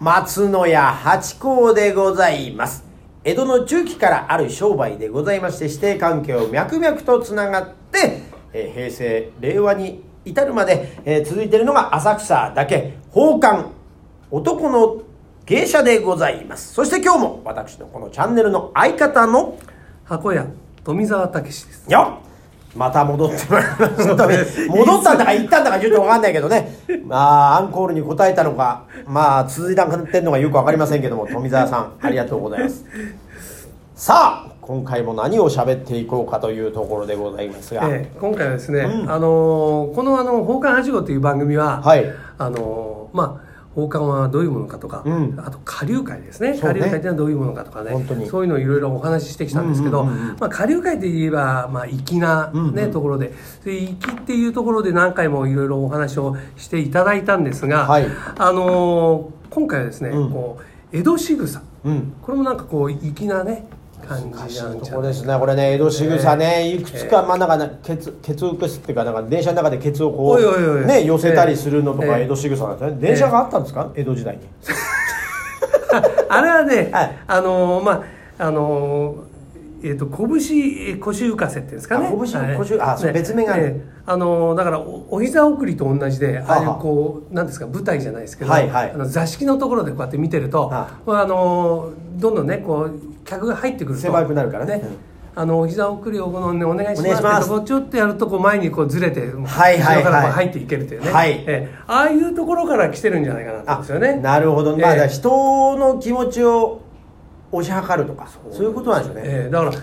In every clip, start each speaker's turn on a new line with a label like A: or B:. A: 松野屋八甲でございます江戸の中期からある商売でございまして指定関係を脈々とつながって、えー平成令和に至るまで、えー続いているのが浅草だけ宝冠男の芸者でございますそして今日も私のこのチャンネルの相方の
B: 箱屋富澤たけしです
A: よっまた戻ってまいりましたね戻ったんだか行ったんだかちょっと分かんないけどねまあアンコールに答えたのかまあ続いたんってんのかよく分かりませんけども富澤 さんありがとうございますさあ今回も何を喋っていこうかというところでございますが、
B: ええ今回はですね、
A: うん
B: あのーこのあの「宝冠八号」という番組は、
A: はい
B: あのーまあ宝冠はどういうものかとか、
A: うん
B: あと下流会ですね
A: そう
B: 下
A: ね
B: 流会ってのはどういうものかとかね
A: 本当に
B: そういうのをいろいろお話ししてきたんですけど、
A: うんうんうんうん
B: まあ、下流会で言えば、まあ、粋な、ね
A: うんうん
B: ところでで粋っていうところで何回もいろいろお話をしていただいたんですが、
A: はい
B: あのー今回はですね、
A: うん
B: こう江戸仕草
A: うん
B: これもなんかこう粋なね感じなん
A: 難し
B: じゃないい
A: ところですねこれね江戸仕草ね、いくつか、まあなんかねケツケツをくすっていうかなんか電車の中でケツをこう
B: おいおいおい
A: ね寄せたりするのとか
B: ええ
A: 江戸仕草なんですね電車があったんですか、江戸時代に
B: あれはね、
A: はい
B: あのーまああのーえっ、と拳え腰浮かせっていうんですかね。
A: あ拳
B: はい
A: 腰あそう別名がある
B: あのーだからおお膝送りと同じで、
A: はあ
B: ああいうこうなんですか舞台じゃないですけど、
A: はいはい
B: あの座敷のところでこうやって見てると、
A: は
B: まああのーどんどんねこう客が入ってくると
A: 狭くなるからねうん
B: あのお膝送りをこの、ね、お願いし
A: お願い
B: ま
A: し
B: す
A: ます
B: ってこうちょっとやるとこう前にこうずれて、
A: はいはいはい
B: 後ろからこう入っていけるというね、
A: はい
B: ええああいうところから来てるんじゃないかなと思うんですよね。
A: なるほど、まあ
B: ええ
A: だから人の気持ちを推し量るとかそういうことなんでしょうね、
B: えーだから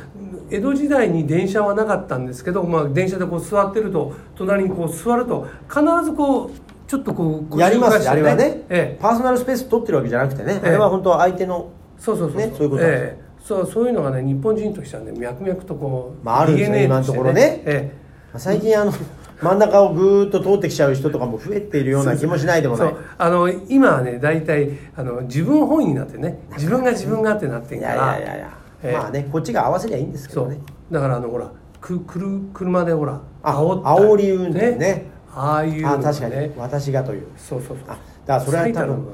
B: 江戸時代に電車はなかったんですけど、まあ、電車でこう座ってると隣にこう座ると必ずこうちょっとこう
A: やりますよあれはね、
B: ええ
A: パーソナルスペース取ってるわけじゃなくてね、
B: ええ
A: あれは本当は相手の
B: そうそうそう
A: ねそういうことなんです
B: ええそうそういうのがね日本人としてはね脈々とこう、
A: まああるんですよ
B: DNA
A: 今のところね
B: え
A: 最近あの真ん中をぐーっと通ってきちゃう人とかも増えているような気もしないで
B: え
A: も
B: そ
A: ないう
B: あの今はね大体あの自分本位になってね自分が自分がってなっ て
A: い
B: んか
A: や
B: ら
A: いやいやいや、
B: ええ
A: まあねこっちが合わせりゃいいんですけ
B: そ
A: ど
B: う
A: ね
B: だからあのほらくくる車でほら
A: あ
B: った
A: 煽り運転ね
B: ああいうの
A: あ
B: が
A: 確かに私がという
B: そうそうそう
A: あだからそれは多分
B: 最たるものね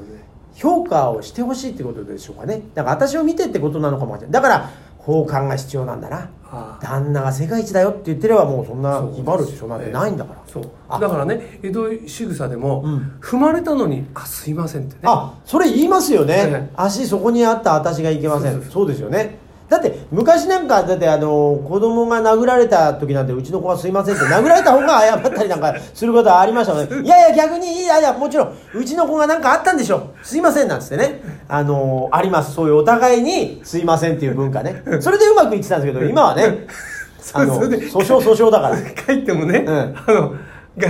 A: 評価をしてほしいってことでしょうかねだから私を見てってことなのかもしれないだから奉還が必要なんだな
B: ああ
A: 旦那が世界一だよって言ってればもうそんな
B: そうです
A: 威張る必要なんてないんだから
B: そう
A: あ
B: だからね江戸仕草でも、
A: うん
B: 踏まれたのに「あすいません」ってね
A: あそれ言いますよね、
B: ね
A: 足そこにあった私がいけませんそ
B: そううそう
A: ですよねだって昔なんかだってあの子供が殴られた時なんてうちの子はすいませんって殴られた方が謝ったりなんかすることはありましたもん ねいやいや逆にいやいやもちろんうちの子が何かあったんでしょすいませんなんつってねあのありますそういうお互いにすいませんっていう文化ねそれでうまくいってたんですけど今はねあの
B: それ
A: 訴
B: で
A: 訟訴訟だから
B: 帰ってもね、
A: ん
B: あのが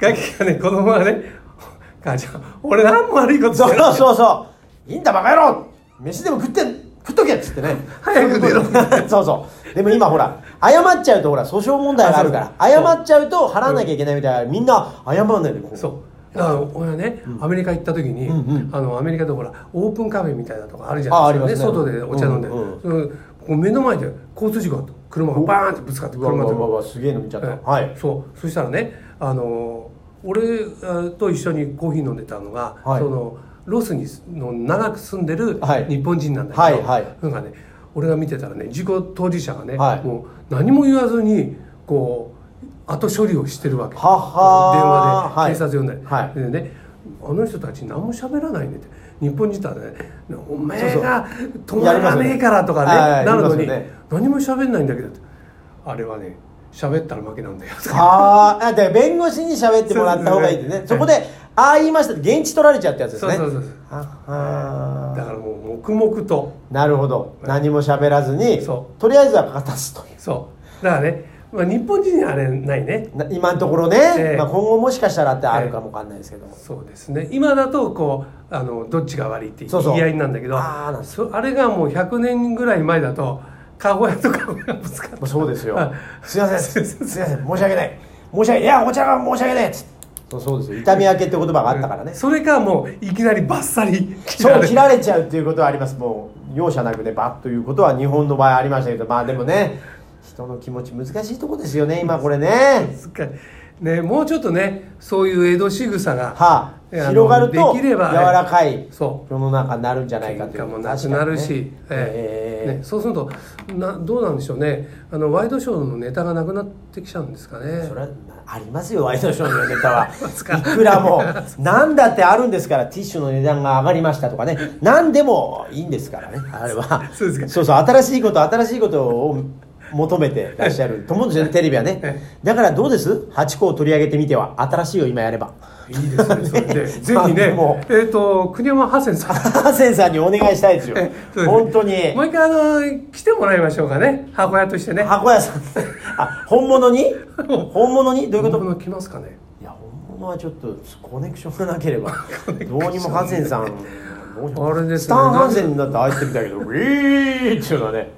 B: ガキがね子供がね「母ちゃん俺何も悪いことし
A: そ
B: て
A: う
B: ない
A: そうそういいんだバカ野郎飯でも食って食っとけっつってね
B: 早く出ろ
A: そうそうでも今ほら謝っちゃうとほら訴訟問題があるから
B: あそう
A: 謝っちゃうと払わなきゃいけないみたいなみんな謝んないでこう
B: そうだから俺はね、アメリカ行った時に、
A: うん
B: あのアメリカでほらオープンカフェみたいなとこあるじゃないです
A: ああ
B: か、
A: りますね
B: 外でお茶飲んで、
A: うんうん
B: そのこう目の前で交通事故があった車がバーンってぶつかって
A: うわう
B: 車
A: わ
B: と
A: うわうわすげえの見ちゃった、
B: ええ
A: はい
B: そうそしたらねあの俺えーと一緒にコーヒー飲んでたのが、
A: はい
B: そのロスにの長く住んでる
A: はい
B: 日本人なんだけど、
A: はいはい
B: なんかね俺が見てたらね事故当事者がね、
A: はい
B: もう何も言わずにこう後処理をしてるわけ
A: はは
B: 電話で警
A: は
B: 察呼んだり、
A: はい
B: でねあの人たち何も喋らないねって日本人とはね「お前が
A: そう
B: 止まらねえから」とかね
A: やり
B: な
A: ま
B: る
A: す
B: の
A: よねはい
B: に、
A: 言いますよね
B: 何も喋んないんだけどってあれはね喋ったら負けなんだよ
A: はあで弁護士に喋ってもらった方がいいってねそ
B: そうですね
A: こでああ言いましたって現地取られちゃったやつですね
B: そうそうそうそう
A: はは
B: だからもう黙々と
A: なるほど何も喋らずに
B: そ
A: とりあえずは片すという
B: そうだからね、まあ、日本人にはあれないね
A: な今のところね、
B: ええ
A: まあ、今後もしかしたらってあるかもわかんないですけども、
B: そうですね今だとこうあのどっちが悪いって
A: そうそう
B: 言い合いなんだけど
A: あーなんで
B: そあれがもう100年ぐらい前だとカゴ屋とカゴ屋ぶつかっ
A: まあ
B: て
A: そうですよ
B: あ
A: すいませんすいません申し訳ない申し訳いいやこちらが申し訳ないっつってそうそうですよ痛み分けって言葉があったからね、
B: それかもういきなりバッサリ切
A: そ
B: ら
A: う
B: れ
A: 切
B: る
A: られちゃうっていうことはありますもう容赦なくねバッということは日本の場合ありましたけどまあでもね人の気持ち難しいとこですよね今これね
B: そっかね、もうちょっとねそういう江戸仕草が、
A: は
B: えあ
A: あ、
B: の
A: 広がると
B: でき
A: 柔
B: れば
A: らかい
B: そ
A: 世の中になるんじゃないか
B: 喧
A: という
B: 嘩もなくなるし、
A: 確かにね
B: ええ
A: え
B: ね、そうするとなどうなんでしょうねあのワイドショーのネタがなくなってきちゃうんですか
A: え
B: ね
A: それはありますよワイドショーのネタ は
B: すか
A: いくらも 何だってあるんですからティッシュの値段が上がりましたとかね何でもいいんですからねあれは
B: そうですか
A: そうそう新しいこと新しいことを求めてらっしゃ ると思うんですよねテレビはねだからどうです8個を取り上げてみては新しいを今やれば
B: いいですねそれ でぜ
A: まあ
B: ひね
A: でも
B: えっ、と国山ハセンさん
A: ハセンさんにお願いしたいですよ
B: そうですね
A: 本当に
B: もう一回あの来てもらいましょうかね箱屋としてね
A: 箱屋さんあ本物 に本物にどういうこと
B: の来ますかね
A: いや本物はちょっとコネクションがなけれ ばどうにもハセンさんどうにも
B: あれですね
A: スタン・ハンセンだって会ってみたけ どウィーっていうのはね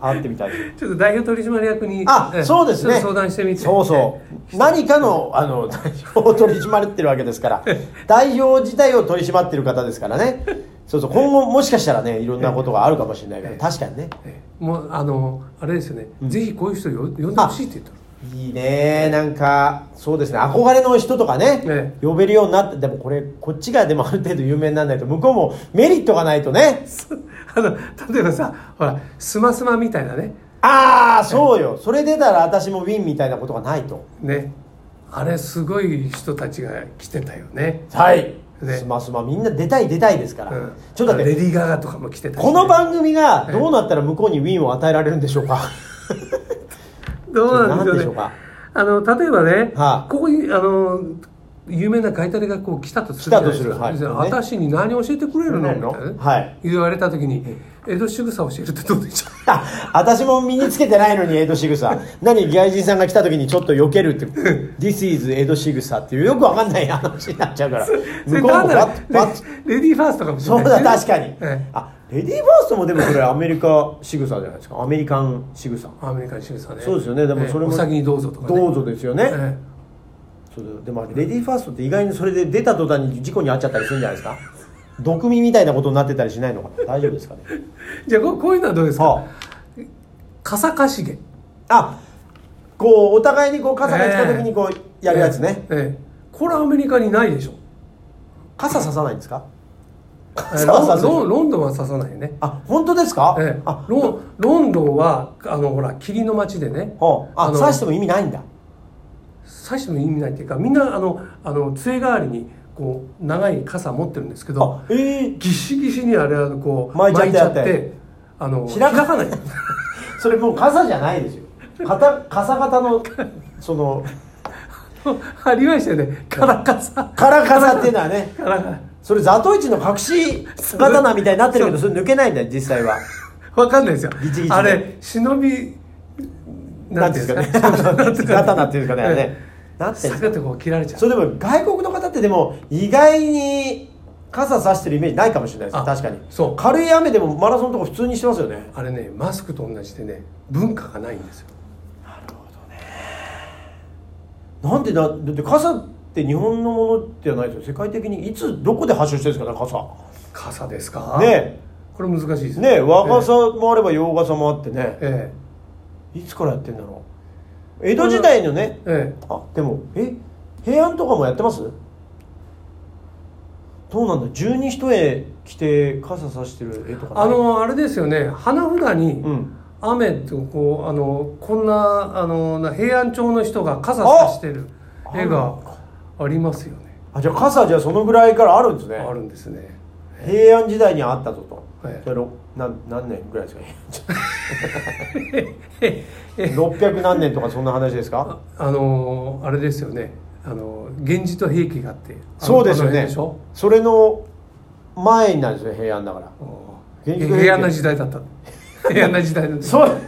A: 会ってみたいです
B: ちょっと代表取締役に
A: あ
B: ええ
A: そうです
B: ちょ
A: ね
B: っと相談してみて
A: そう そう何かのあの代表を取り締まれてるわけです から代表自体を取り締まってる方ですからねそうそう今後もしかしたらねいろんなことがあるかもしれないから確かにね
B: ええもうあのあれですよね、ぜひこういう人よ呼んでほしいって言ったの
A: いいねなんかそうですね憧れの人とかね、
B: え
A: 呼べるようになってでもこれこっちがでもある程度有名にならないと向こうもメリットがないとね
B: あの例えばさほらスマスマみたいなね
A: ああそうよ、それ出たら私もウィンみたいなことがないと
B: ねあれすごい人たちが来てたよね、
A: はい
B: ね
A: スマスマみんな出たい出たいですから、
B: うん、
A: ちょっとだっ
B: レ
A: て
B: ディー・ガガとかも来てたしね、
A: この番組がどうなったら向こうにウィンを与えられるんでしょうか
B: どうなんでしょう
A: ちょっと
B: ね
A: 何でしょうか
B: あの例えばね、
A: はあ
B: ここにあの有名な買い手がこう来たとするじゃないですか
A: 来たとするはい
B: 私に何教えてくれるの
A: 何
B: み
A: の
B: たいなね、
A: はい
B: 言われた時に「江戸仕草教えるってどうでしょう?
A: あ 私も身につけてないのに江戸仕草何外人さんが来た時にちょっと避け るって「This is 江戸仕草」っていうよくわかんない話になっちゃうから」
B: そ
A: 向
B: れ
A: こうも
B: 単な
A: バ
B: ら
A: ッバッ
B: レレディーファーストかもしれ
A: そ
B: な
A: う
B: い、
A: だ確かに、
B: ええ
A: あレディーファーストもでもそれアメリカ仕草じゃないですかアメリカン仕草
B: アメリカン仕草ね
A: そうですよねでもそれも
B: ええお先にどうぞとか、ね、
A: どうぞですよね、
B: え
A: そうでもレディーファーストって意外にそれで出た途端に事故に遭っちゃったりするんじゃないですか毒味みたいなことになってたりしないのかな大丈夫です かね
B: えじゃあこうこういうのはどうですか、
A: は
B: 笠かしげ
A: あこうお互いにこう傘が来た時にこうやるやつね、
B: ええええこれはアメリカにないでしょ
A: 傘ささないんですか
B: ええ
A: 傘は
B: ロ
A: さ
B: ン
A: す
B: ロンロンドンは刺さないよね
A: あ本当ですか、
B: ええ、
A: あ
B: ロンロンドンはあのほら霧の街でね
A: ほうあ
B: の
A: 刺しても意味ないんだ
B: 刺しても意味ないっていうかみんなあのあの杖代わりにこう長い傘持ってるんですけど
A: あええ
B: ギシギシにあれはこう
A: 巻いちゃってやって
B: あの
A: 開か
B: ない
A: それもう傘じゃないですよ肩傘型のその
B: ありましたよねカラカサ
A: カラカサっていうのはね
B: カラカ
A: それザトイチの隠し刀みたいになってるけどそれ抜けないんだよ実際は
B: わかんないですよ
A: ギチギチで
B: あれ忍び
A: なんていうんですかね 刀っていうんですかねあれねなってん
B: サ
A: です
B: ク
A: よ
B: ッとこう切られちゃう
A: それでも外国の方ってでも意外に傘さしてるイメージないかもしれないで
B: あ
A: す確かに
B: そう
A: 軽い雨でもマラソンとか普通にしてますよね
B: あれねマスクと同じでね文化がないんですよ
A: なんでだだって傘って日本のものではないですよ世界的にいつどこで発祥してるんですかね傘
B: 傘ですか
A: ね
B: これ難しいです
A: ねえ和
B: 傘
A: 傘もあれば洋傘もあってね
B: え
A: いつからやってんだろう江戸時代のね
B: ええ
A: あでもえ平安とかもやってますどうなんだ十二一重着て傘さしてる絵とか
B: あのあれですよね花札に
A: うん
B: 「雨」とこうあのこんなあのな平安町の人が傘さしてる
A: あ
B: 絵がありますよね
A: あじゃあ傘じゃあそのぐらいからあるんですね
B: あるんですね
A: 平安時代にあったぞと、
B: ええ
A: それろなん何年ぐらいです か600何年とかそんな話ですか
B: ああのあれですよねあの源氏と平家があってあの
A: そうですよ
B: あの辺
A: ね
B: でしょ
A: それの前になるんですよ平安だから
B: うん
A: 源氏と平家
B: 平安な時代だった平安な時代の
A: そう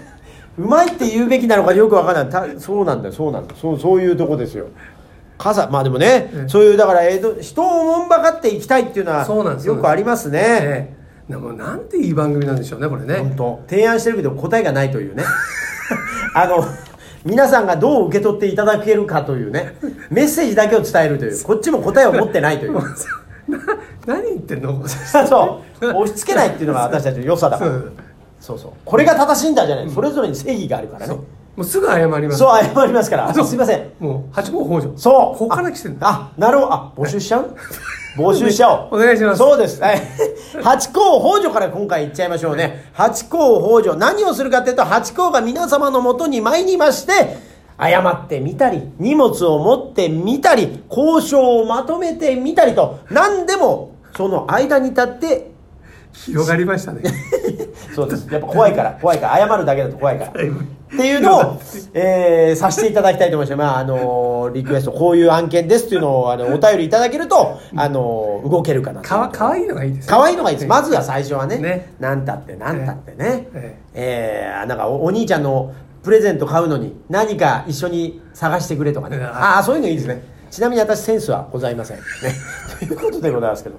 A: うまいって言うべきなのかよくわからないたそうなんだよそうなんだよそうそういうとこですよ傘まあでもね、
B: ええ
A: そういうだから、えっと人をおもんばかっていきたいっていうのは
B: そうなんです
A: よくありますね、
B: ええなもうなんていい番組なんでしょうねこれね
A: 本当提案してるけど答えがないというね あの皆さんがどう受け取っていただけるかというねメッセージだけを伝えるというこっちも答えを持ってない という
B: な何言ってんの
A: そう押し付けないっていうのが私たちの良さだか
B: そ
A: ら
B: う
A: そうそうこれが正しいんだじゃない、それぞれに正義があるからね
B: そうもうすぐ謝ります
A: そう謝りますから
B: そう
A: すいません
B: もう八方北条
A: そう
B: こっから来てるんだ
A: ああなるほどあ募集しちゃ う募集しちゃおう
B: お願いします
A: そうですはい 八甲北条から今回いっちゃいましょうね八甲北条何をするかっていうと八甲が皆様のもとに参りまして謝ってみたり荷物を持ってみたり交渉をまとめてみたりと何でもその間に立って
B: 広がりましたね
A: そうですやっぱ怖いから怖いから謝るだけだと怖いから
B: だいぶ
A: っていうのを、えーさせていただきたいと思いまして、まああのーリクエストこういう案件ですっていうのをあのお便りいただけると、あのー動けるかなと
B: かわかわいいのがいいですね
A: 可愛いのがいいですまずは最初はね
B: ね
A: なんたってなんたってね
B: え
A: えーなんかおお兄ちゃんのプレゼント買うのに何か一緒に探してくれとかね
B: うん
A: ああそういうのいいですねちなみに私センスはございません、ね、 ということでございますけど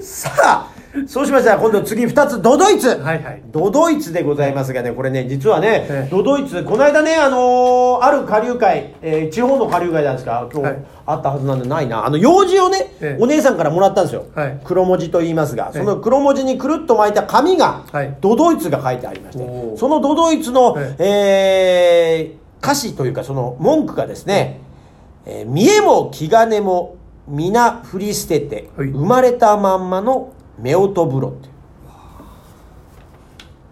A: さあそうしましたら今度次2つドドイツ
B: はいはい
A: ドドイツでございますがね、これね、実はね、
B: ええ
A: ドドイツ、この間ね、あのーある下流会、えー地方の下流会なんですか、今日、
B: はい
A: あったはずなんでないな、あの、用事をね、
B: ええ
A: お姉さんからもらったんですよ。
B: はい
A: 黒文字と言いますが、
B: ええ
A: その黒文字にくるっと巻いた紙が、
B: はい
A: ドドイツが書いてありまして
B: お、ー
A: そのドドイツの、
B: え
A: えー歌詞というか、その文句がですね、えー見えも気兼ねも皆振り捨てて、
B: はい
A: 生まれたまんまの夫婦風呂っていう。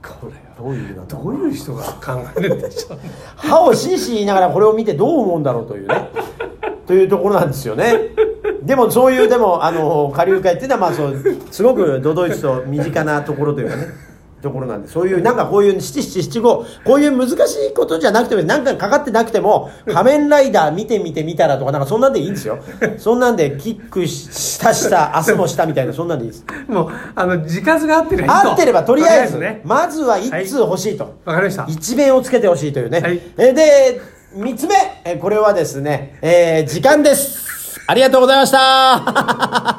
B: これは
A: どういう意味なんだろう
B: どういう人が考えるんでしょうね
A: 歯をしーしー言いながらこれを見てどう思うんだろうという ねというところなんですよねでもそういうでもあの下流会っていうのはまあそうすごくドドイツと身近なところというかねところなんでそういうなんかこういう七七七五こういう難しいことじゃなくてもなんかかかってなくても「仮面ライダー見てみてみたら」とかなんかそんなんでいいんですよそんなんでキックししたした明日もしたみたいなそんなんでいいです
B: もうあの字数が合ってればいいと
A: 合ってればとりあえず
B: ね
A: まずは1通欲しいと。
B: わかりました
A: 一面をつけてほしいというね、
B: はい
A: えーで3つ目えーこれはですね、えー時間ですありがとうございました